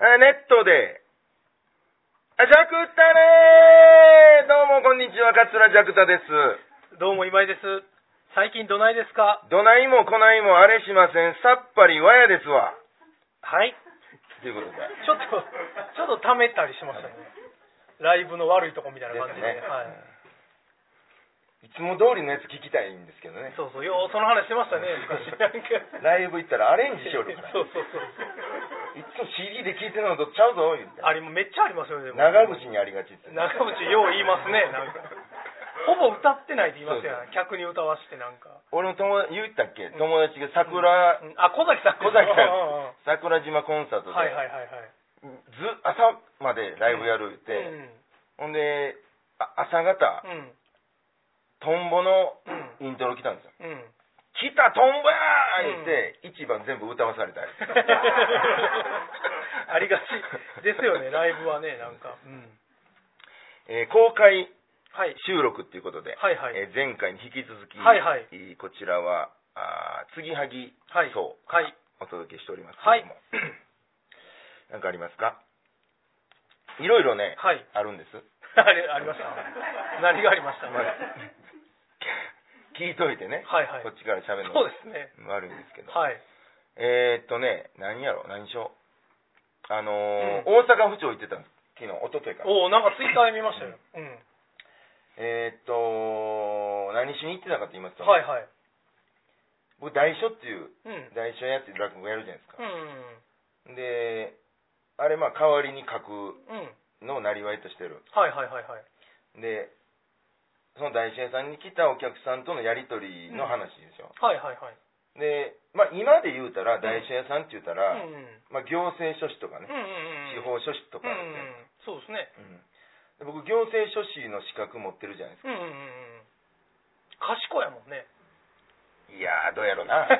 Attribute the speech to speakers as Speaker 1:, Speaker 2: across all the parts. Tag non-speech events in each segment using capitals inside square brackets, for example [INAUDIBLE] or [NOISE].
Speaker 1: ので、あ、ジャクタねーどうもこんにちは、桂ジャクタです。
Speaker 2: どうも今井です。最近どないですか
Speaker 1: どないもこないもあれしません、さっぱりわやですわ。
Speaker 2: はい。
Speaker 1: ということで。
Speaker 2: ちょっと、ちょっと溜めたりしましたね。ライブの悪いとこみたいな感じで。
Speaker 1: ですね
Speaker 2: はい。
Speaker 1: いつも通りのやつ聞きたいんですけどね。
Speaker 2: そうそう、ようその話してましたね、昔。
Speaker 1: ライブ行ったらアレンジしよるから。い
Speaker 2: そうそうそう。
Speaker 1: つも CD で聞いてるのとちゃうぞ、言うて。
Speaker 2: あれもめっちゃありますよね、でも
Speaker 1: 長渕にありがちって。
Speaker 2: 長渕よう言いますね、なんか。ほぼ歌ってないって言いますよね。客に歌わしてなんか。
Speaker 1: 俺の友達、言ったっけ友達が桜、
Speaker 2: うんあ、小崎さん。
Speaker 1: 小崎さ
Speaker 2: うんうんうん
Speaker 1: ん、桜島コンサートで、
Speaker 2: はいはいはいはい。
Speaker 1: ず朝までライブやるって、ほんで、あ朝方
Speaker 2: う、ん。
Speaker 1: トンボの
Speaker 2: う
Speaker 1: イントロ来たんですよ。
Speaker 2: うん。うん。
Speaker 1: 来たトンボやー言って、一番全部歌わされたり。
Speaker 2: [LAUGHS] ありがちですよね、ライブはね、なんか。うん、
Speaker 1: えー公開
Speaker 2: はい、
Speaker 1: 収録っていうことで、
Speaker 2: はいはい
Speaker 1: えー前回に引き続き、
Speaker 2: はいはい
Speaker 1: えーこちらは、あー継ぎはぎ
Speaker 2: はい
Speaker 1: そう
Speaker 2: はい
Speaker 1: お届けしておりますけれども、なんかありますかいろいろね、
Speaker 2: はい、
Speaker 1: あるんです。
Speaker 2: あれありました。何がありました
Speaker 1: まあ聞いといてね、
Speaker 2: はいはい
Speaker 1: こっちから喋るの
Speaker 2: そうですね。
Speaker 1: 悪いんですけど、
Speaker 2: はい、
Speaker 1: えー、っとね、何やろ、何しよう。あのー大阪府庁行ってたんです。昨日、一昨日から。
Speaker 2: おお、なんかツイッターで見ましたよ。うん、
Speaker 1: えー、っと、何しに行ってたかと言いますと、
Speaker 2: はいはい。
Speaker 1: 僕、大書っていう、
Speaker 2: うん、
Speaker 1: 大書やっていう落語やるじゃないですか
Speaker 2: う。
Speaker 1: で、あれ、まあ、代わりに書く
Speaker 2: ん、うん、
Speaker 1: のをなりわいとしてる。
Speaker 2: はいはいはいはい。
Speaker 1: で、その大書屋さんに来たお客さんとのやりとりの話でしょ。
Speaker 2: はいはいはい。
Speaker 1: で、まあ、今で言うたら、大書屋さんって言うた
Speaker 2: う
Speaker 1: ら、
Speaker 2: ん、うん、うん、
Speaker 1: まあ、行政書士とかね、
Speaker 2: うん、
Speaker 1: 地方書士と
Speaker 2: う
Speaker 1: か
Speaker 2: ん、う
Speaker 1: ですね、
Speaker 2: ん、そうですね。
Speaker 1: うんで僕、行政書士の資格持ってるじゃないです
Speaker 2: うん、うん、うん。賢いやも
Speaker 1: [LAUGHS]
Speaker 2: んね。
Speaker 1: か。いやー、どうやろう
Speaker 2: [LAUGHS]
Speaker 1: な。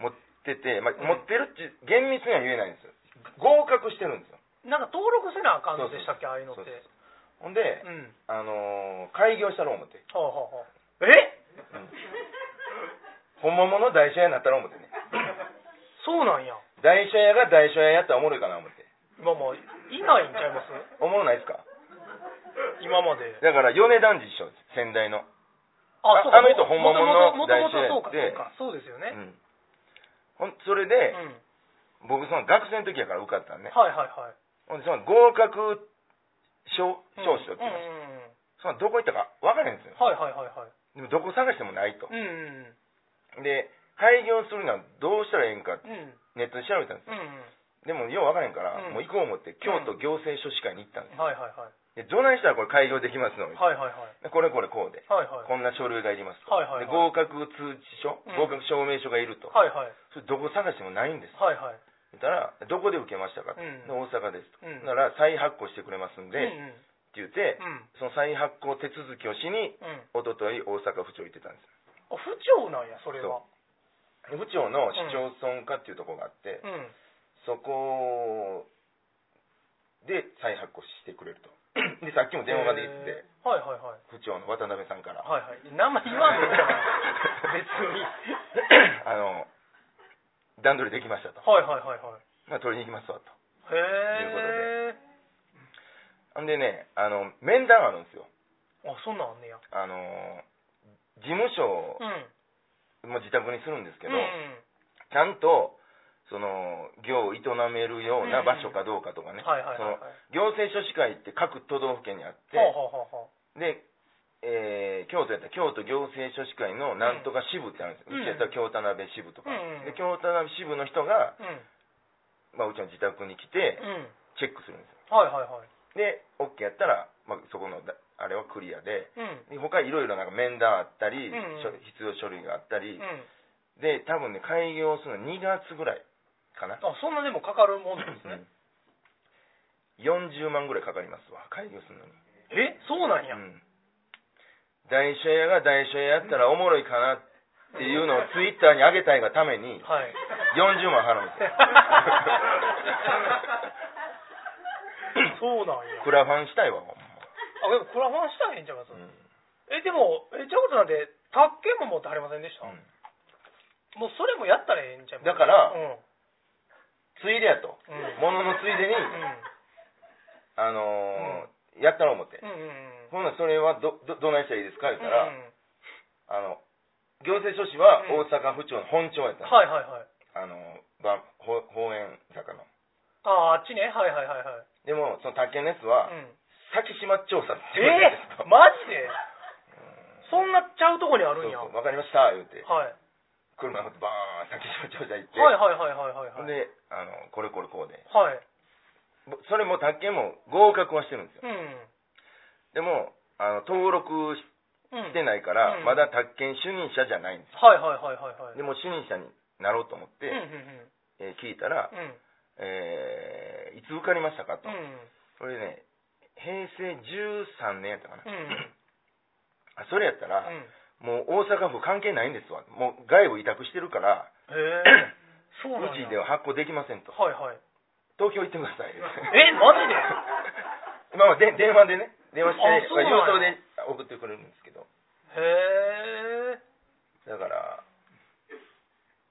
Speaker 1: 持ってて、まあ、
Speaker 2: うん
Speaker 1: 持ってるっていう厳密には言えないんですよ。合格してるんですよ。
Speaker 2: なんか登録せなあかんのでしたっけ、ああいうのって
Speaker 1: そう。そうほんで、
Speaker 2: うん。
Speaker 1: あのー開業したろう思って。
Speaker 2: はあはあはあ。え
Speaker 1: うん本物の台車屋になったら思ってね。
Speaker 2: そうなんや。
Speaker 1: 台車屋が台車屋やったらおもろいかな思って。
Speaker 2: まあまあ、いないんちゃいます
Speaker 1: おもろないですか
Speaker 2: 今まで。
Speaker 1: だから、米男児師匠です、先代の。あ
Speaker 2: そうか
Speaker 1: あの人本物の
Speaker 2: もともとそうか、
Speaker 1: 大事
Speaker 2: そうか、そうですよ
Speaker 1: う
Speaker 2: ね。
Speaker 1: んほんそれ
Speaker 2: う
Speaker 1: で、
Speaker 2: ん。
Speaker 1: 僕、その学生の時やから受かったんね。
Speaker 2: はいはいはい。
Speaker 1: ほんで、その合格証、証書って
Speaker 2: う
Speaker 1: いう
Speaker 2: ん
Speaker 1: の、
Speaker 2: うんうん。
Speaker 1: そのどこ行ったか分からへんんですよ。
Speaker 2: はいはいはいはい。
Speaker 1: でも、どこ探してもないと
Speaker 2: う。んうん
Speaker 1: で、開業するにはどうしたらええんかって
Speaker 2: うん。うん
Speaker 1: ネットで調べたんですよ。
Speaker 2: う
Speaker 1: でも、よう分からへんから、
Speaker 2: うん
Speaker 1: もう行こう思って、京都行政書士会に行ったんです
Speaker 2: ん。はいはいはい。
Speaker 1: でどないしたらこれ開業できますの、
Speaker 2: はいはいはい。
Speaker 1: でこれこれこうで、
Speaker 2: はいはい。
Speaker 1: こんな書類がいりますと、
Speaker 2: はいはいはい
Speaker 1: で合格通知書、
Speaker 2: うん
Speaker 1: 合格証明書がいると、
Speaker 2: はいはい。
Speaker 1: それどこ探してもないんです、
Speaker 2: はいはい。
Speaker 1: 言ったら、どこで受けましたかと、
Speaker 2: うん
Speaker 1: で大阪ですと、
Speaker 2: うん
Speaker 1: なら再発行してくれますんで、
Speaker 2: う
Speaker 1: って
Speaker 2: んうん。
Speaker 1: 言って、
Speaker 2: うん。
Speaker 1: その再発行手続きをしに、
Speaker 2: うん。
Speaker 1: 一昨日大阪府庁行ってたんです
Speaker 2: あ不調なんや、それは。
Speaker 1: で府庁の市町村課っていうところがあって、
Speaker 2: うん。
Speaker 1: そこで再発行してくれると。 [LAUGHS] で、さっきも電話がで言って
Speaker 2: へー。はいはいはい。
Speaker 1: て、府庁の渡辺さんから、
Speaker 2: はいはい。名前言わんのかな別に。
Speaker 1: [LAUGHS]
Speaker 2: [COUGHS] [LAUGHS]
Speaker 1: あの、段取りできましたと。
Speaker 2: はいはいはいはい。
Speaker 1: まあ、取りに行きますわと。
Speaker 2: へえ。
Speaker 1: ほんでね、あの、面談あるんですよ。
Speaker 2: あ、そんなんあんねや。
Speaker 1: あの、事務所
Speaker 2: うん。
Speaker 1: も自宅にするんですけど、
Speaker 2: うんうん
Speaker 1: ちゃんと、その、業を営めるような場所かどうかとかね、
Speaker 2: はいはいはい
Speaker 1: そ
Speaker 2: はい
Speaker 1: の、行政書士会って各都道府県にあって、
Speaker 2: ほうほうほうほ
Speaker 1: で、えー京都やったら京都行政書士会のなんとか支部ってあるんですよ、
Speaker 2: う
Speaker 1: うんちやったら京田辺支部とか、
Speaker 2: うん
Speaker 1: で京田辺支部の人が、
Speaker 2: う。うん。
Speaker 1: まあ、うちの自宅に来て
Speaker 2: うん。
Speaker 1: チェックするんですよ
Speaker 2: はいはいはい。
Speaker 1: で OK やったら、まあ、そこのだあれはクリアで
Speaker 2: うん。
Speaker 1: で他いろいろなんか面談あったり、
Speaker 2: うんうん
Speaker 1: 書必要書類があったり、
Speaker 2: うん。
Speaker 1: で多分ね開業するの2月ぐらいかな、
Speaker 2: あ、そんなでもかかるもんなんですね。
Speaker 1: 40万ぐらいかかりますわ開業するのに、
Speaker 2: え、そうなんや。
Speaker 1: うん、大社屋が大社屋やったらおもろいかなっていうのをツイッターに上げたいがために
Speaker 2: [LAUGHS] はい。
Speaker 1: 40万払うん
Speaker 2: [LAUGHS]
Speaker 1: ですよ
Speaker 2: そうなんや。
Speaker 1: クラファンしたいわほんま、
Speaker 2: あ、でもクラファンしたらへんじゃんか、それ
Speaker 1: うん
Speaker 2: え、でも、え、ちゃうことなんで、宅建も持ってはりませんでした、
Speaker 1: うん
Speaker 2: もうそれもやったらええんちゃいます
Speaker 1: だから
Speaker 2: うん。
Speaker 1: ついでやと。
Speaker 2: うん
Speaker 1: もののついでに、あのーやったら思って。
Speaker 2: うんうんうん
Speaker 1: ほんならそれはど、ど、どないしたらいいですか言ったら、
Speaker 2: うんうん
Speaker 1: あの、行政書士は
Speaker 2: うん
Speaker 1: 大阪府庁の本庁やったの、
Speaker 2: はいはいはい
Speaker 1: あの、ば、ほ法園坂の。
Speaker 2: あああっちねはいはいはいはい
Speaker 1: でも、その宅建のやつは、
Speaker 2: うん
Speaker 1: 先島調査って言われ
Speaker 2: え
Speaker 1: て
Speaker 2: ー、マジでそんなちゃうとこにあ
Speaker 1: そう
Speaker 2: るんや
Speaker 1: そう、わかりました、言うて、
Speaker 2: はい
Speaker 1: 車乗ってバーン、先島調査行って、
Speaker 2: はいはいはいはいはい
Speaker 1: ほん
Speaker 2: はい
Speaker 1: で、あの、これこれこうで。
Speaker 2: はい
Speaker 1: ぼそれも宅建も合格はしてるんですよ。
Speaker 2: うん
Speaker 1: でも、あの、登録し
Speaker 2: うん
Speaker 1: てないから、
Speaker 2: うん
Speaker 1: まだ宅建主任者じゃないんです
Speaker 2: はいはいはいはいはい
Speaker 1: でも主任者になろうと思って、
Speaker 2: うんうん
Speaker 1: えー聞いたら、
Speaker 2: うん
Speaker 1: えーいつ受かりましたかと、
Speaker 2: うん
Speaker 1: それね平成13年やったかな、
Speaker 2: うんうん
Speaker 1: あそれやったら、
Speaker 2: うん
Speaker 1: もう大阪府関係ないんですわもう外部委託してるから
Speaker 2: へえ
Speaker 1: [COUGHS]
Speaker 2: そううなんや
Speaker 1: ちでは発行できませんと
Speaker 2: はいはい
Speaker 1: 東京行ってくださいえ
Speaker 2: [LAUGHS] えマジで
Speaker 1: [LAUGHS] まあまあで電話でね電話
Speaker 2: あ
Speaker 1: して
Speaker 2: そうなんや
Speaker 1: まあ郵送で送ってくれるんですけど
Speaker 2: へえ
Speaker 1: だから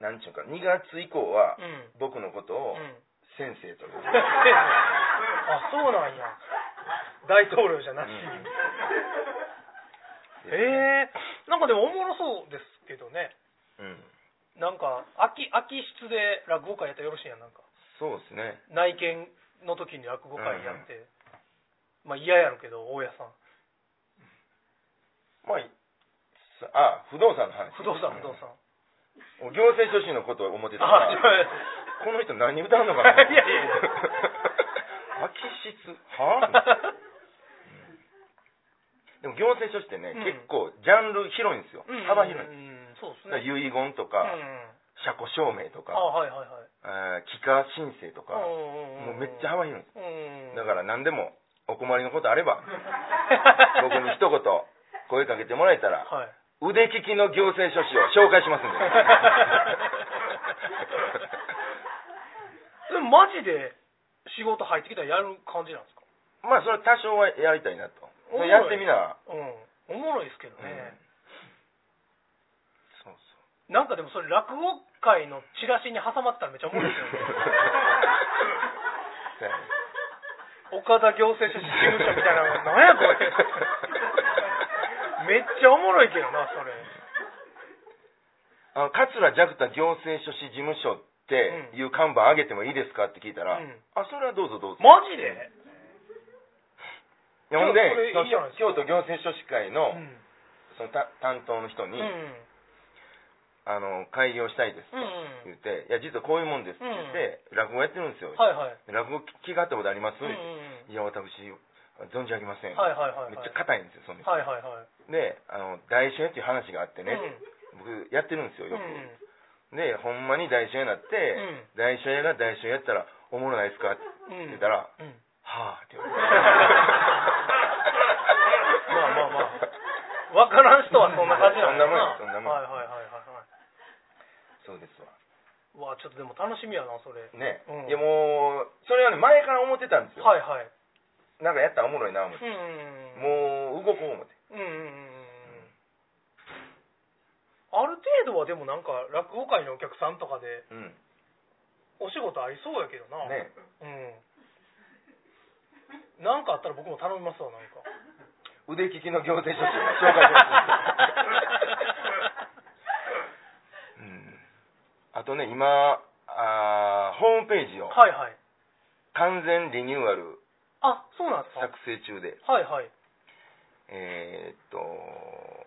Speaker 1: なんちゅうか2月以降は
Speaker 2: うん
Speaker 1: 僕のことを
Speaker 2: うん
Speaker 1: 先生と呼
Speaker 2: [LAUGHS]
Speaker 1: ぶ、
Speaker 2: あそうなんや大統領じゃなしに、
Speaker 1: うん
Speaker 2: えー、なんかでもおもろそうですけどね
Speaker 1: うん
Speaker 2: なんか秋秋室で落語会やったらよろしいやんなんか
Speaker 1: そうですね
Speaker 2: 内見の時に落語会やって、まあ嫌やろけど大家さん
Speaker 1: まあいさあ不動産の話
Speaker 2: 不動産不動産
Speaker 1: 行政書士のことを思ってたか
Speaker 2: あ
Speaker 1: らこの人何歌うのかない
Speaker 2: や [LAUGHS] いやい
Speaker 1: [LAUGHS]
Speaker 2: や
Speaker 1: 空き室はあでも行政書士ってね、
Speaker 2: うん
Speaker 1: 結構ジャンル広いんですよ
Speaker 2: うん
Speaker 1: [LAUGHS] 幅広い、
Speaker 2: うんそうです
Speaker 1: だから
Speaker 2: ね
Speaker 1: 遺言と
Speaker 2: う
Speaker 1: か、
Speaker 2: ん
Speaker 1: 車庫証明とか、
Speaker 2: あはいはいはい
Speaker 1: えー帰化申請とか、も
Speaker 2: も
Speaker 1: うめっちゃ幅広いんで
Speaker 2: うん
Speaker 1: すだから何でもお困りのことあれば僕に一言声かけてもらえたら
Speaker 2: [LAUGHS] はい
Speaker 1: 腕利きの行政書士を紹介します
Speaker 2: [LAUGHS]
Speaker 1: んで
Speaker 2: でもマジで仕事入ってきたらやる感じなんですか
Speaker 1: まあそれは多少はやりたいなと
Speaker 2: おもろい
Speaker 1: やってみな
Speaker 2: うんおもろいですけどね、
Speaker 1: そう
Speaker 2: [LAUGHS] なんかでもそれ落語界のチラシに挟まったらめっちゃおもろいですよね
Speaker 1: そう
Speaker 2: [LAUGHS] 岡田行政書士事務所みたいなの何やこれめっちゃおもろいけどなそれ
Speaker 1: あの桂ジャクタ行政書士事務所っていう看板上げてもいいですかって聞いたら、
Speaker 2: うん
Speaker 1: あそれはどうぞどうぞ
Speaker 2: マジで
Speaker 1: いやほんで
Speaker 2: いやそれいいじゃないですか
Speaker 1: 京都行政書士会の,、
Speaker 2: うん
Speaker 1: そのた担当の人に、
Speaker 2: うん
Speaker 1: あの「開業したいです」
Speaker 2: うん
Speaker 1: 言って「いや実はこういうもんです」って言って、落語やってるんですよ、
Speaker 2: はいはい
Speaker 1: 落語聞きがあったことあります、
Speaker 2: うんうん
Speaker 1: いや私存じ上げません、
Speaker 2: はいはいはいはい
Speaker 1: めっちゃ硬いんですよその人、
Speaker 2: はいはいはい
Speaker 1: であの大書屋っていう話があってね、僕やってるんですよ
Speaker 2: うん
Speaker 1: よ
Speaker 2: う
Speaker 1: く、
Speaker 2: ん
Speaker 1: でほんまに大書屋になって、
Speaker 2: う
Speaker 1: 大書屋が大書屋やったらおもろないですかって
Speaker 2: うん
Speaker 1: 言ったら、
Speaker 2: うん
Speaker 1: はあって言われて
Speaker 2: [LAUGHS] まあまあまあ、
Speaker 1: [LAUGHS]
Speaker 2: わからん人はそんな感じなんだな。
Speaker 1: そんなもん
Speaker 2: はい
Speaker 1: やそんなもんや
Speaker 2: はいはいはいはい。
Speaker 1: そうですわ
Speaker 2: うわ、ちょっとでも楽しみやな、それ。はい
Speaker 1: ね、
Speaker 2: うん
Speaker 1: いやもうそれはね前から思ってたんですよ、
Speaker 2: はい。
Speaker 1: なんかやったらおもろいな思って、
Speaker 2: うん。
Speaker 1: もう動こう思って
Speaker 2: うんうんうんうん。ある程度はでもなんか落語界のお客さんとかで
Speaker 1: うん
Speaker 2: お仕事ありそうやけどな。
Speaker 1: ね
Speaker 2: うん。なんかあったら僕も頼みますわ、なんか。
Speaker 1: 腕利きの行政書士を紹介し
Speaker 2: [LAUGHS]
Speaker 1: ますうんあとね今あーホームページを
Speaker 2: はいはい。
Speaker 1: 完全リニューアル
Speaker 2: あ、そうなんです
Speaker 1: 作成中で、
Speaker 2: か。はいはい。
Speaker 1: えーっと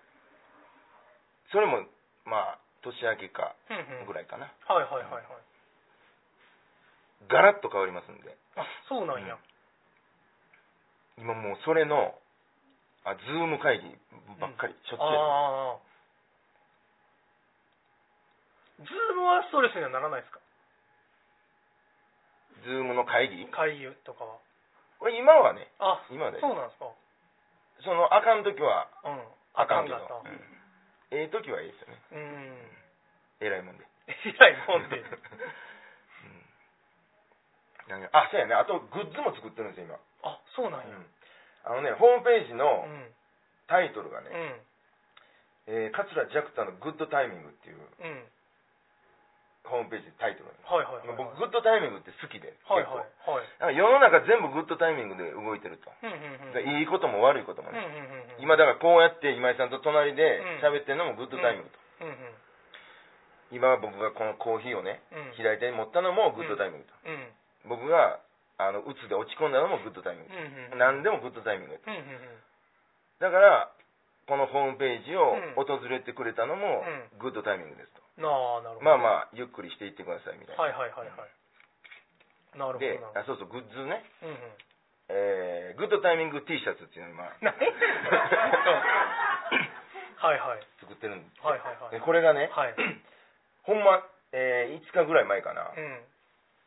Speaker 1: それもまあ年明けか
Speaker 2: うんうん。
Speaker 1: ぐらいかな、
Speaker 2: はいはいはいはい。
Speaker 1: ガラッと変わりますんで
Speaker 2: あ、そうなんや。
Speaker 1: 今もうそれのあズーム会議ばっかり、しょっちゅうやって
Speaker 2: ああズームはストレスにはならないですか
Speaker 1: ますズームの会議
Speaker 2: 会議とかは
Speaker 1: これ今はね
Speaker 2: あ
Speaker 1: 今はね
Speaker 2: そうなんですか
Speaker 1: そのあかん時は
Speaker 2: うん
Speaker 1: あかんけど
Speaker 2: かった
Speaker 1: うんええ時はいいですよね
Speaker 2: うん
Speaker 1: えらいもんで
Speaker 2: えらいも
Speaker 1: [LAUGHS]
Speaker 2: ん
Speaker 1: う
Speaker 2: で
Speaker 1: んなんかあそうやねあとグッズも作ってるんですよ
Speaker 2: あそうな
Speaker 1: 今、
Speaker 2: んや
Speaker 1: あのねホームページ
Speaker 2: う
Speaker 1: の
Speaker 2: ん
Speaker 1: タイトルがね、
Speaker 2: うん
Speaker 1: えー、桂ジャクタのグッドタイミングっていう、
Speaker 2: うん
Speaker 1: ホームページでタイトルに
Speaker 2: はいはいはいはい
Speaker 1: 僕グッドタイミングって好きで、
Speaker 2: はい
Speaker 1: 結構
Speaker 2: はい
Speaker 1: なん
Speaker 2: はい
Speaker 1: か世の中全部グッドタイミングで動いてると、
Speaker 2: うんうんうん
Speaker 1: でいいことも悪いことも
Speaker 2: うん
Speaker 1: ね、
Speaker 2: うんうんうん
Speaker 1: 今だからこうやって今井さんと隣で喋ってるのもグッドタイミングと、
Speaker 2: うんうん
Speaker 1: 今僕がこのコーヒーをね
Speaker 2: うん
Speaker 1: 左手に持ったのもグッドタイミングと、
Speaker 2: うん
Speaker 1: 僕があの鬱で落ち込んだのもグッドタイミング、
Speaker 2: うんうん
Speaker 1: 何でもグッドタイミングやと
Speaker 2: うんうんうん
Speaker 1: だからこのホームページを
Speaker 2: うん
Speaker 1: 訪れてくれたのも
Speaker 2: う
Speaker 1: グッドタイミングですと、
Speaker 2: なあなるほど
Speaker 1: まあまあゆっくりしていってくださいみたいな、
Speaker 2: はいはいはいはいなるほど
Speaker 1: で
Speaker 2: な
Speaker 1: あそうそうグッズね、
Speaker 2: うんうん
Speaker 1: えーグッドタイミング T シャツっていうのを今
Speaker 2: 何はいはい
Speaker 1: [LAUGHS] 作ってるんですよ
Speaker 2: はいはいはい
Speaker 1: でこれがね、 [CLEARS THROAT]
Speaker 2: はい
Speaker 1: ほんま、えー5日ぐらい前かな、
Speaker 2: うん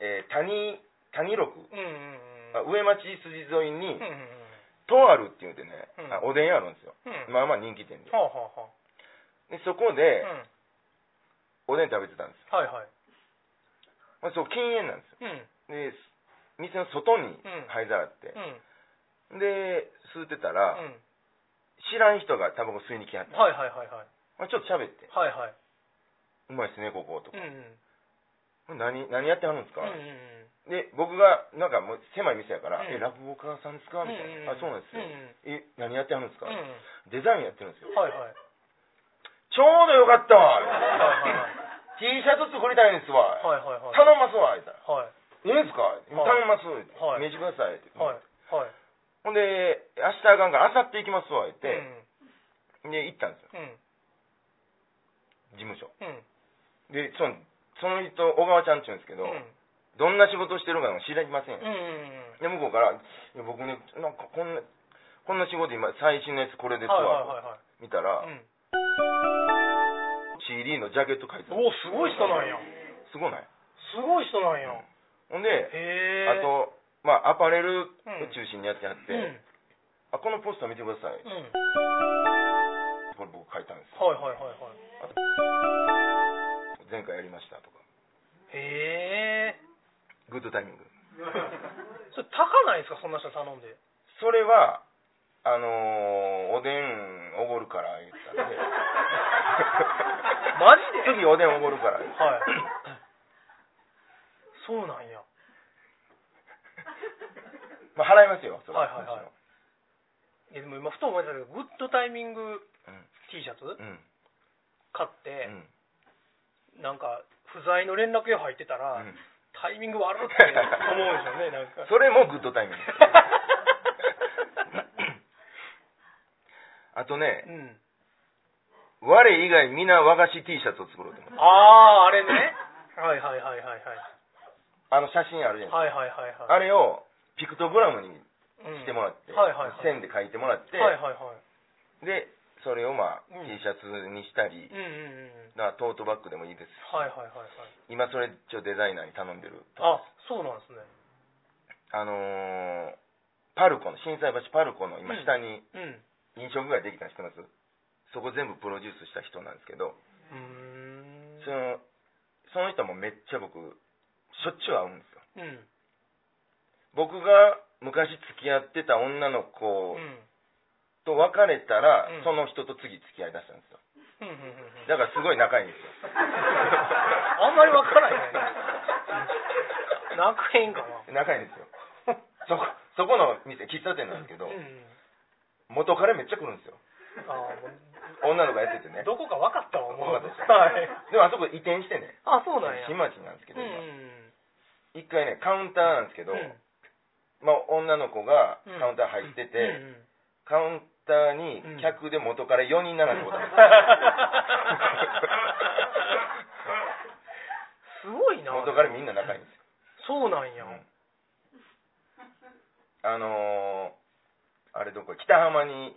Speaker 1: えー谷谷六、
Speaker 2: うんうんうん
Speaker 1: まあ上町筋沿いに、
Speaker 2: うんうんうん
Speaker 1: とあるって言うてね、
Speaker 2: うん
Speaker 1: あおでん屋あるんですよ、
Speaker 2: うん
Speaker 1: まあまあ人気店で
Speaker 2: はあはあは
Speaker 1: でそこ
Speaker 2: あ
Speaker 1: で
Speaker 2: うん
Speaker 1: おでん食べてたんですよ、
Speaker 2: はいはい
Speaker 1: まあ、そう禁煙なんですよ
Speaker 2: うん
Speaker 1: で店の外に
Speaker 2: ん
Speaker 1: 灰皿あって
Speaker 2: う、ん
Speaker 1: で吸ってたら、
Speaker 2: うん
Speaker 1: 知らん人がタバコ吸いに来はった、
Speaker 2: はいはいはいはい
Speaker 1: まあ、ちょっと喋って
Speaker 2: はいはい
Speaker 1: 「うまいっすねここ」と
Speaker 2: う
Speaker 1: か
Speaker 2: んうん
Speaker 1: 「何何やってはるんですか
Speaker 2: うんうんうん
Speaker 1: で僕がなんかもう狭い店やから「
Speaker 2: うん
Speaker 1: え落語家さんですか?」みたいな「あそうなんですよ、
Speaker 2: うんうん
Speaker 1: え何やってはるんですか
Speaker 2: うん
Speaker 1: デザインやってるんですよ、
Speaker 2: はいはい
Speaker 1: ちょうどよかったわ、
Speaker 2: はいはいはい
Speaker 1: T シャツ作りたいんですわ、
Speaker 2: はいはいはい
Speaker 1: 頼ますわ言ったら
Speaker 2: はい
Speaker 1: 「いいんすか頼みます」言って
Speaker 2: はい
Speaker 1: 命じてください」って、
Speaker 2: はいはい
Speaker 1: ほんで「明日あかんから明後日行きますわ」言って、で行ったんですよ
Speaker 2: うん
Speaker 1: 事務所
Speaker 2: うん
Speaker 1: でそのその人小川ちゃんって言うんですけど、
Speaker 2: うん
Speaker 1: どんな仕事してるかも知りませんよ、
Speaker 2: うんうんうん
Speaker 1: で向こうからいや「僕ねなんかこんなこんな仕事今最新のやつこれですわ」
Speaker 2: は
Speaker 1: 見た
Speaker 2: いはいはいは
Speaker 1: ら、
Speaker 2: いうん
Speaker 1: CD のジャケット書いてある
Speaker 2: おおすごい人なんや
Speaker 1: すごない
Speaker 2: すごい人なんや
Speaker 1: ほんで
Speaker 2: へえ
Speaker 1: あとまあアパレルを
Speaker 2: うん
Speaker 1: 中心にやってはって、
Speaker 2: うん
Speaker 1: あこのポスター見てください、
Speaker 2: うんはい
Speaker 1: これ僕書いたんですよ
Speaker 2: はいはいはい
Speaker 1: 前回やりましたとか
Speaker 2: へえ
Speaker 1: グッドタイミング
Speaker 2: それ高ないですかそんな人頼んで
Speaker 1: それはあのーおでんおごるから言ったんで [LAUGHS]
Speaker 2: マジで
Speaker 1: 次おでんおごるから言って
Speaker 2: はいそうなんや
Speaker 1: [COUGHS] まあ払いますよそれ
Speaker 2: はいはいはいいやでも今ふと思い出したけどグッドタイミング T シャツ
Speaker 1: うん
Speaker 2: 買っ
Speaker 1: う
Speaker 2: て
Speaker 1: ん
Speaker 2: なんか不在の連絡用入ってたら
Speaker 1: うん
Speaker 2: タイミング悪って思うんですよねなんか
Speaker 1: [LAUGHS] それもグッドタイミングあとね
Speaker 2: [LAUGHS] うん
Speaker 1: 我以外皆和菓子 T シャツを作ろうと思って
Speaker 2: あああれねはいはいはいはいはい
Speaker 1: あの写真あるじゃないですか
Speaker 2: はいはいはいはい
Speaker 1: あれをピクトグラムに
Speaker 2: うん
Speaker 1: してもらって、
Speaker 2: はいはいはい
Speaker 1: 線で書いてもらって、
Speaker 2: はいはいはい
Speaker 1: でそれをまあ、
Speaker 2: うん
Speaker 1: T シャツにしたり、
Speaker 2: うんうんうんうん
Speaker 1: まあトートバッグでもいいです
Speaker 2: はいはいはいはい
Speaker 1: 今それちょデザイナーに頼んでる
Speaker 2: あそうなんですね
Speaker 1: あのーパルコの心斎橋パルコの今
Speaker 2: うん
Speaker 1: 下に
Speaker 2: うん
Speaker 1: 飲食街できたの知ってます、そこ全部プロデュースした人なんですけど
Speaker 2: うーん
Speaker 1: そのその人もめっちゃ僕しょっちゅう会うんですよ
Speaker 2: うん
Speaker 1: 僕が昔付き合ってた女の子
Speaker 2: うん
Speaker 1: と別れたら、
Speaker 2: うん
Speaker 1: その人と次付き合いだしたんですよ
Speaker 2: うんうんうんうん
Speaker 1: だからすごい仲いいんですよ
Speaker 2: [LAUGHS] あんまりわからへんね。泣くへんかな。
Speaker 1: 仲いいんですよそこそこの店喫茶店なんですけど
Speaker 2: うん。
Speaker 1: 元彼めっちゃ来るんですよ
Speaker 2: ああ、も
Speaker 1: 女の子やっててね
Speaker 2: う、どこかわかったわ、もう。
Speaker 1: わかったでしょ
Speaker 2: はい。
Speaker 1: でもあそこ移転してね
Speaker 2: あ、そうなんや。
Speaker 1: 新町なんですけ
Speaker 2: う
Speaker 1: ど
Speaker 2: んう
Speaker 1: 今
Speaker 2: ん。
Speaker 1: 一回ねカウンターなんですけど、
Speaker 2: うん
Speaker 1: まあ、女の子が
Speaker 2: うん
Speaker 1: カウンター入ってて、
Speaker 2: うんうん
Speaker 1: カウンターに
Speaker 2: うん
Speaker 1: 客で元から4人並んでことにな [LAUGHS] って
Speaker 2: すご [LAUGHS] いな。
Speaker 1: 元からみんな仲いいんです
Speaker 2: そうなんや。
Speaker 1: よ、あのー、あれどこ北浜に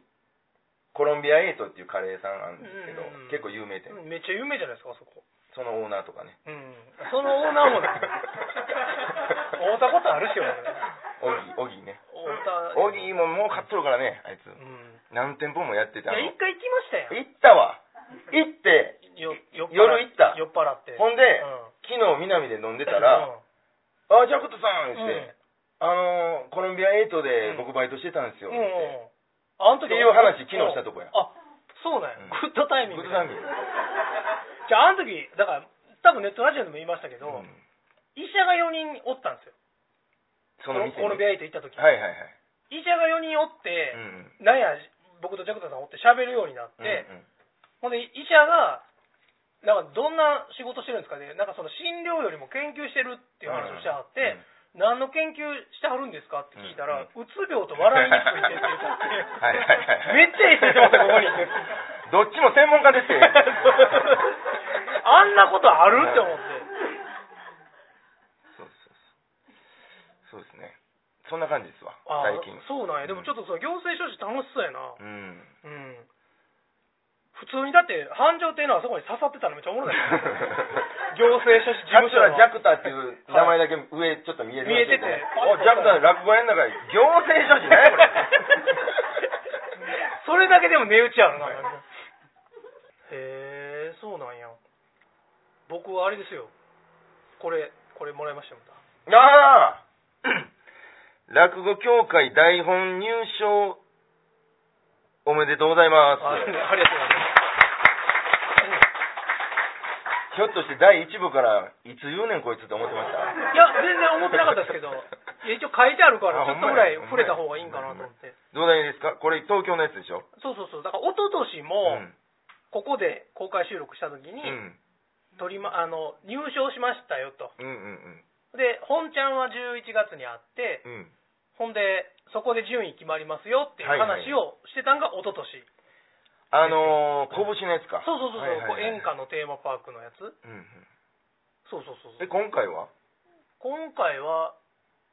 Speaker 1: コロンビアエイトっていうカレーさんあるんですけど、
Speaker 2: うんうん
Speaker 1: 結構有名店
Speaker 2: めっちゃ有名じゃないですか、あそこ。
Speaker 1: そのオーナーとかね [LAUGHS]
Speaker 2: うん。そのオーナーもね、会うたことあるし、俺。
Speaker 1: オギ [LAUGHS] オギねオ
Speaker 2: 会うた。
Speaker 1: ギももう買っとるからねあいつ
Speaker 2: うん。
Speaker 1: 何店舗もやって
Speaker 2: い
Speaker 1: てあ
Speaker 2: や、
Speaker 1: の
Speaker 2: 一回行きましたよ。
Speaker 1: 行ったわ行って
Speaker 2: よ酔っ払
Speaker 1: 夜行った
Speaker 2: 酔っ払って
Speaker 1: ほんで
Speaker 2: う
Speaker 1: 昨日南で飲んで
Speaker 2: ん、
Speaker 1: たら
Speaker 2: うん
Speaker 1: 「ああジャクトさん」言っ
Speaker 2: うん
Speaker 1: て「あのーコロンビアエイトで
Speaker 2: うん
Speaker 1: 僕バイトしてたんですよ」
Speaker 2: うん
Speaker 1: って
Speaker 2: あの時
Speaker 1: っていう話昨日したとこや
Speaker 2: あそうなんや、
Speaker 1: うん
Speaker 2: [LAUGHS] グッドタイミング
Speaker 1: グッドタイミング
Speaker 2: じゃああの時だから多分ネットラジオでも言いましたけど、
Speaker 1: うん
Speaker 2: 医者が4人おったんですよ
Speaker 1: その店に
Speaker 2: この
Speaker 1: はい
Speaker 2: 出会いと行った時、
Speaker 1: はいはい
Speaker 2: 医者が4人おっ
Speaker 1: う
Speaker 2: て、
Speaker 1: ん
Speaker 2: なんや僕とジャクタさんおって喋るようになって、
Speaker 1: うん
Speaker 2: ほんで医者がなんかどんな仕事してるんですかねなんかその診療よりも研究してるっていう話をしてはって、何の研究してはるんですかって聞いたら、うつ病と笑いについてって言ったって、
Speaker 1: [LAUGHS] はいはいはいはい
Speaker 2: めっちゃええって言ってました、ここに。
Speaker 1: [LAUGHS] どっちも専門家
Speaker 2: [LAUGHS]
Speaker 1: ですよ
Speaker 2: あんなことあるって思って。
Speaker 1: そうそうそうそうですねそんな感じですわ
Speaker 2: あ
Speaker 1: 最近
Speaker 2: そうなんや、でもちょっとその行政書士楽しそうやな。
Speaker 1: うん
Speaker 2: うん。普通にだって、繁盛亭のあそこに刺さってたのめっちゃおも
Speaker 1: [LAUGHS]
Speaker 2: ろいな行政書士事務所
Speaker 1: は
Speaker 2: の
Speaker 1: ジャクタっていう名前だけ上ちょっと見えて
Speaker 2: 見えてて
Speaker 1: おジャクタ落語やんだから行政書士ねこれ
Speaker 2: [LAUGHS] それだけでも値打ちあるな。へえ、そうなんや。僕はあれですよ。これ、これもらいましたもん。
Speaker 1: ああ落語協会台本入賞おめでとうございます、
Speaker 2: あありがとうござい
Speaker 1: ひょっとして第1部からいつ言うねんこいつって思ってました
Speaker 2: ます。いや、全然思ってなかったですけ
Speaker 1: [LAUGHS]
Speaker 2: ど、いや一応書いてあるから、
Speaker 1: あ
Speaker 2: ちょっとぐらい触れた方がいいんかなと思って。
Speaker 1: どうだいですかこれ東京のやつでしょ
Speaker 2: そうそうそう。だから、一昨年
Speaker 1: う
Speaker 2: も、
Speaker 1: ん
Speaker 2: ここで公開収録した時に、取りま、あの、入賞しましたよと。
Speaker 1: うんうんうん
Speaker 2: で、本ちゃんは11月にあって、
Speaker 1: うんうん
Speaker 2: ほんで、そこで順位決まりますよっていう話をしてたんが一昨年。
Speaker 1: あのー、拳のやつか
Speaker 2: そうそうそうそ
Speaker 1: は
Speaker 2: う、
Speaker 1: いはいはい
Speaker 2: こう演歌のテーマパークのやつ。
Speaker 1: うんうん
Speaker 2: そうそうそうそ
Speaker 1: え
Speaker 2: う。
Speaker 1: 今回は
Speaker 2: 今回は、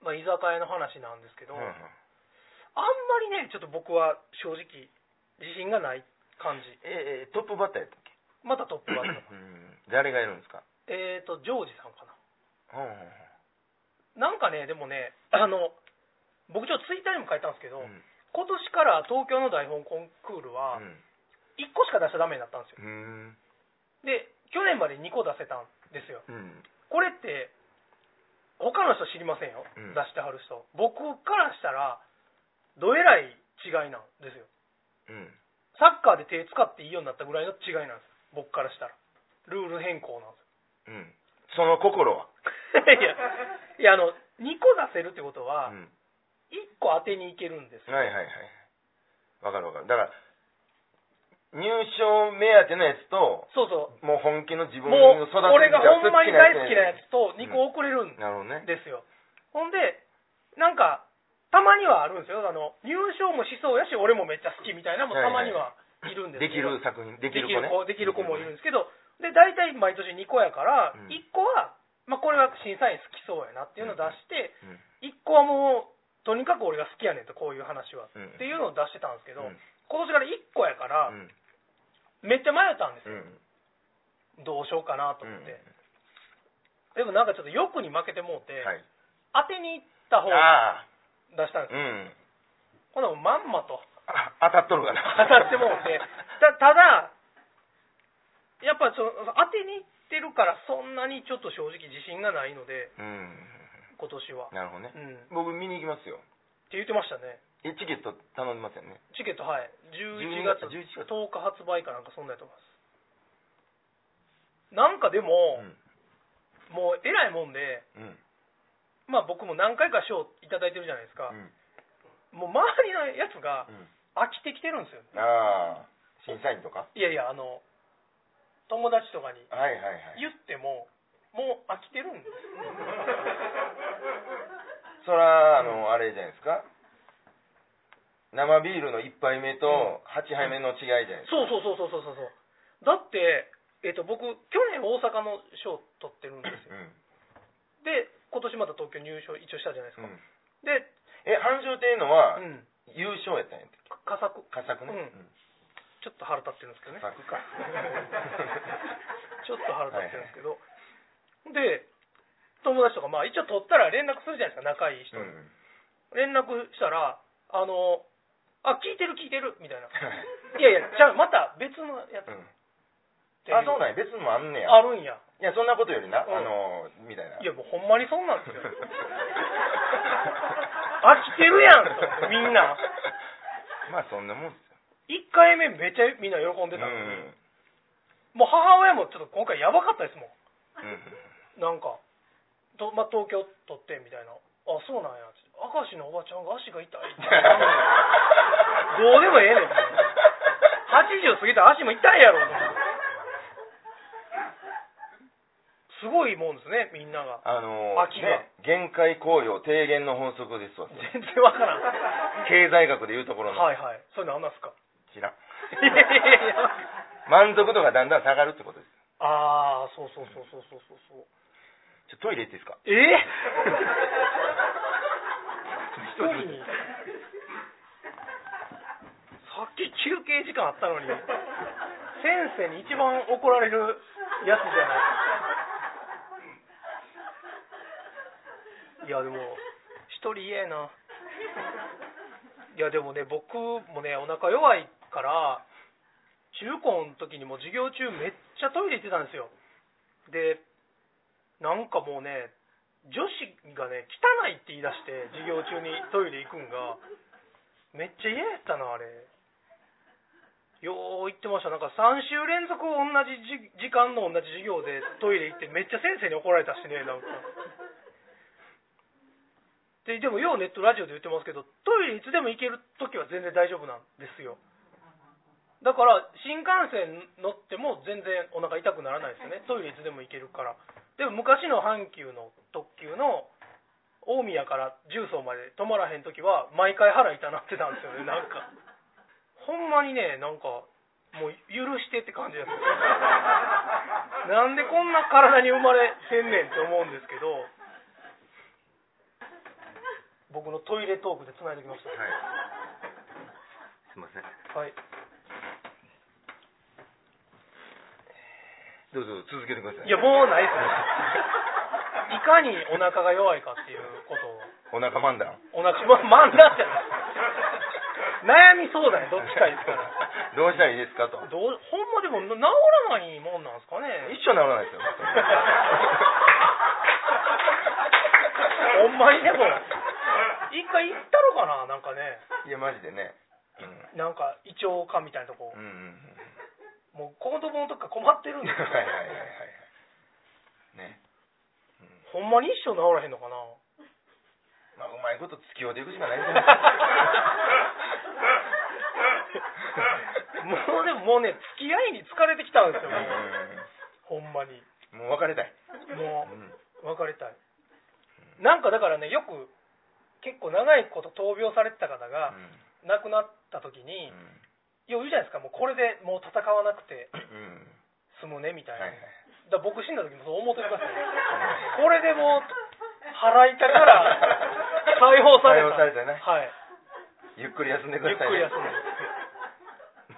Speaker 2: まあ、居酒屋の話なんですけど、
Speaker 1: うんうん
Speaker 2: あんまりね、ちょっと僕は正直、自信がない感じ。
Speaker 1: ええトップバッターやったっ
Speaker 2: またトップ
Speaker 1: け
Speaker 2: バ
Speaker 1: [COUGHS]
Speaker 2: ッター。
Speaker 1: うん誰がいるんですか
Speaker 2: えっと、ジョージさんか
Speaker 1: うんうんうん
Speaker 2: な。なんかね、でもね、あの、僕ちょっとツイッターにも書いたんですけど、
Speaker 1: うん
Speaker 2: 今年から東京の台本コンクールは、1個しか出しちゃダメになったんですよ。
Speaker 1: うん
Speaker 2: で、去年まで2個出せたんですよ。
Speaker 1: うん
Speaker 2: これって、他の人知りませんよ、
Speaker 1: うん
Speaker 2: 出してはる人。僕からしたら、どえらい違いなんですよ。
Speaker 1: うん
Speaker 2: サッカーで手使っていいようになったぐらいの違いなんです僕からしたらルール変更なんで
Speaker 1: うんその心は
Speaker 2: す
Speaker 1: [LAUGHS]
Speaker 2: よいやいやあの2個出せるってことは
Speaker 1: うん
Speaker 2: 1個当てにいけるんですよ、
Speaker 1: はいはいはいわかるわかるだから入賞目当てのやつと
Speaker 2: そうそう
Speaker 1: もう本気の自分
Speaker 2: も
Speaker 1: を育て
Speaker 2: う俺がほんまに大好きなや
Speaker 1: つ
Speaker 2: つと2個送れるん
Speaker 1: なるほどね
Speaker 2: ですよ、ほんでなんかたまにはあるんですよあの入賞もしそうやし俺もめっちゃ好きみたいなのもたまにはいるんで
Speaker 1: で
Speaker 2: す
Speaker 1: き
Speaker 2: けど
Speaker 1: る作品でき
Speaker 2: でき
Speaker 1: る
Speaker 2: る
Speaker 1: 子ね
Speaker 2: 子できる子もいるんですけど、で大体毎年2個やから、
Speaker 1: うん
Speaker 2: 1個は、まあ、これは審査員好きそうやなっていうのを出して、
Speaker 1: うん
Speaker 2: 1個はもう、とにかく俺が好きやねんと、こういう話は、
Speaker 1: うん
Speaker 2: っていうのを出してたんですけ
Speaker 1: う
Speaker 2: ど、
Speaker 1: ん
Speaker 2: 今年から1個やから、
Speaker 1: うん
Speaker 2: めっちゃ迷ったんです
Speaker 1: う
Speaker 2: よ、
Speaker 1: ん
Speaker 2: どうしようかなと
Speaker 1: う
Speaker 2: 思っ
Speaker 1: ん
Speaker 2: て、でもなんかちょっと欲に負けてもうて、
Speaker 1: はい
Speaker 2: 当てに行った方を
Speaker 1: ああ
Speaker 2: 出したんです
Speaker 1: う
Speaker 2: よ、
Speaker 1: ん
Speaker 2: ほなもうまんまと
Speaker 1: あ当たっとるかな
Speaker 2: 当たってもうて、たただ、やっぱその当てに行ってるから、そんなにちょっと正直自信がないので、
Speaker 1: [LAUGHS] うん
Speaker 2: 今年は。
Speaker 1: なるほどね
Speaker 2: うん、って
Speaker 1: 僕見に行きますよ
Speaker 2: 言ってましたね。
Speaker 1: えチケット頼んでますよね
Speaker 2: チケットはい11
Speaker 1: 12
Speaker 2: 月
Speaker 1: 月11月
Speaker 2: 10日発売かなんかそんなやと思いますなんかでも、もうえらいもんで
Speaker 1: うんうん
Speaker 2: まあ僕も何回か賞いただいてるじゃないですか、
Speaker 1: うん
Speaker 2: もう周りのやつが
Speaker 1: う
Speaker 2: 飽きてきてるんですよ、
Speaker 1: んああ審査員とか
Speaker 2: いやいやあの友達とかに
Speaker 1: はいはいはい
Speaker 2: 言ってももう飽きてるんです
Speaker 1: そらあのあれじゃないですか生ビールの1杯目と8杯目の違いじゃないですか
Speaker 2: そうそうそうそうそうそうそうだってえっ、と僕去年大阪の賞取ってるんですよ
Speaker 1: うん
Speaker 2: で今年また東京入賞一応したじゃないですか、
Speaker 1: うん
Speaker 2: で
Speaker 1: え繁盛っていうのは
Speaker 2: うん
Speaker 1: 優勝やったんやって
Speaker 2: 佳作
Speaker 1: 佳作ね
Speaker 2: うんちょっと腹立ってるんですけどね
Speaker 1: 佳作
Speaker 2: [LAUGHS]
Speaker 1: か
Speaker 2: ちょっと腹立ってるんですけど、で友達とかまあ一応取ったら連絡するじゃないですか仲いい
Speaker 1: う
Speaker 2: 人に、
Speaker 1: ん
Speaker 2: 連絡したらあのあ聞いてる聞いてるみたいないやいやじゃあまた別のやつ
Speaker 1: う
Speaker 2: [LAUGHS] っ
Speaker 1: ん
Speaker 2: てい
Speaker 1: あそうなんや別のもあんねや
Speaker 2: あるんや
Speaker 1: いやそんなことよりな、
Speaker 2: うん
Speaker 1: あのみたいない
Speaker 2: やもうほんまにそ [LAUGHS] んなんですよ飽きてるやんと思ってみんな
Speaker 1: まあそんなもんっす
Speaker 2: 1回目めっちゃみんな喜んで
Speaker 1: よ、
Speaker 2: たの
Speaker 1: う
Speaker 2: に、
Speaker 1: ん
Speaker 2: もう母親もちょっと今回やばかったですもんなんかと、まあ、東京都ってみたいなあそうなんやって明石のおばちゃんが足が痛い
Speaker 1: [LAUGHS]
Speaker 2: ってどうでもええねん80過ぎたら足も痛いやろと思ってすごいもんですねみんなが
Speaker 1: あのー
Speaker 2: 秋が
Speaker 1: ね、限界効用低減の法則ですわ。
Speaker 2: 全然わからん
Speaker 1: [LAUGHS] 経済学でいうところの、
Speaker 2: はいはいそういうのあ
Speaker 1: [LAUGHS]
Speaker 2: んますか
Speaker 1: 知らん
Speaker 2: いやいやいや
Speaker 1: 満足度がだんだん下がるってことです。
Speaker 2: ああそうそうそうそうそうそうそう
Speaker 1: ちょトイレ行っていいですか
Speaker 2: えー、一人に [LAUGHS] さっき休憩時間あったのに先生に一番怒られるやつじゃないいやでも一人嫌やないやでもね僕もねお腹弱いから中高の時にも授業中めっちゃトイレ行ってたんですよでなんかもうね女子がね汚いって言い出して授業中にトイレ行くんがめっちゃ嫌やったなあれよう言ってましたなんか3週連続同じじ時間の同じ授業でトイレ行ってめっちゃ先生に怒られたしねなんかででもようネットラジオで言ってますけどトイレいつでも行ける時は全然大丈夫なんですよだから新幹線乗っても全然お腹痛くならないですよねトイレいつでも行けるからでも昔の阪急の特急の大宮から重曹まで止まらへん時は毎回腹痛なってたんですよねなん [LAUGHS] かほんまにねなんかもう許してって感じです
Speaker 1: [LAUGHS]
Speaker 2: なんでこんな体に生まれてんねんって思うんですけど僕のトイレトークでつないできました
Speaker 1: はい。すいません。
Speaker 2: はい
Speaker 1: どうぞ続けてください。
Speaker 2: いや、もうないですね。いかにお腹が弱いかっていうこと
Speaker 1: お
Speaker 2: を。
Speaker 1: 腹漫談。
Speaker 2: お腹、ま、漫談じゃない。悩み相談や、どっちかですから。
Speaker 1: [LAUGHS] どうしたらいいですかと。
Speaker 2: どう、ほんまでも治らないもんなんですか
Speaker 1: 一 [LAUGHS]
Speaker 2: ね。
Speaker 1: 生治らないですよ。
Speaker 2: ほんまにでも、一回行ったのかな、なんかね。 [LAUGHS]
Speaker 1: いや、マジでね。うん
Speaker 2: なんか、胃腸科みたいなとこ
Speaker 1: う。んうんうん。
Speaker 2: もう、子供の時から困ってるん [LAUGHS]
Speaker 1: はい
Speaker 2: で
Speaker 1: はい
Speaker 2: すよ。
Speaker 1: [LAUGHS] はいはいはい。ね。
Speaker 2: ほんまに一生治らへんのかな。
Speaker 1: まあ、うまいこと付き合うていくしかないです
Speaker 2: [LAUGHS]
Speaker 1: ね。
Speaker 2: もうでももうね付き合いに疲れてきたんですよもうほんまに
Speaker 1: うんもう別れたい。
Speaker 2: も
Speaker 1: うん
Speaker 2: う別れたいなんかだからねよく結構長いこと闘病されてた方が亡くなった時によう言うじゃないですかもうこれでもう戦わなくて
Speaker 1: うんうん
Speaker 2: 済むねみた
Speaker 1: はいい
Speaker 2: な、
Speaker 1: はい
Speaker 2: だから僕死んだ時もそう思ってくださいこれでもう腹痛から解放された
Speaker 1: 解放されたね
Speaker 2: はい
Speaker 1: ゆっくり休んでく
Speaker 2: ゆっ
Speaker 1: ださい
Speaker 2: く
Speaker 1: ね。
Speaker 2: り休んで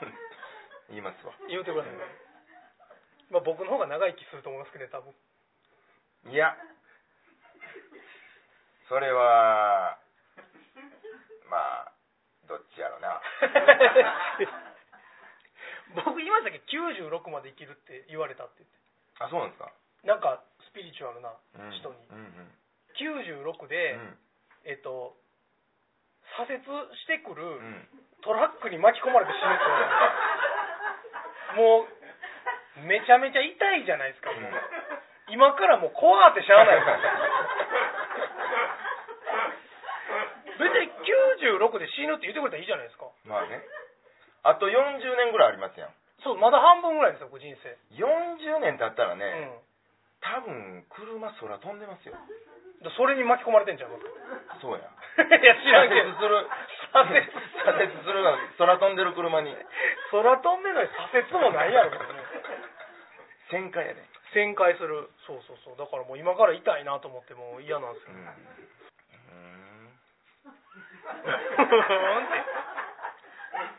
Speaker 1: [LAUGHS] 言いますわ。
Speaker 2: 言うてくだ [LAUGHS] さい、まあ、僕の方が長生きすると思いますけどね多分
Speaker 1: いや、それは、まあ、どっちやろな。
Speaker 2: [LAUGHS] 僕言いましたっけ96まで生きるって言われたって言って
Speaker 1: [LAUGHS] あ、そうなんですか。
Speaker 2: なんかスピリチュアルな
Speaker 1: うん
Speaker 2: 人に、
Speaker 1: うんうん
Speaker 2: 96で、えっと左折してく
Speaker 1: うんう
Speaker 2: る
Speaker 1: ん
Speaker 2: トラックに巻き込まれて死ぬって言われたもうめちゃめちゃ痛いじゃないですか、もう今からもう怖ってしゃあないですよ別 [LAUGHS] に96で死ぬって言ってくれたらいいじゃないですか
Speaker 1: まあね。あと40年ぐらいありますやん。
Speaker 2: そうまだ半分ぐらいですよ僕人生
Speaker 1: 40年経ったら
Speaker 2: う
Speaker 1: ね、
Speaker 2: ん
Speaker 1: 多分車空飛んでますよ。
Speaker 2: だそれに巻き込まれてんじゃん僕 [LAUGHS] い
Speaker 1: そうや。
Speaker 2: や知らんけど
Speaker 1: 左折する、
Speaker 2: 左折
Speaker 1: 左折するが空飛んでる車に。
Speaker 2: 空飛んでんのに左折もないやろ別に
Speaker 1: 旋回やで。
Speaker 2: 旋回するそうそうそうだからもう今から痛いなと思ってもう嫌なんです
Speaker 1: う
Speaker 2: よ
Speaker 1: ん。うーん
Speaker 2: ふーんって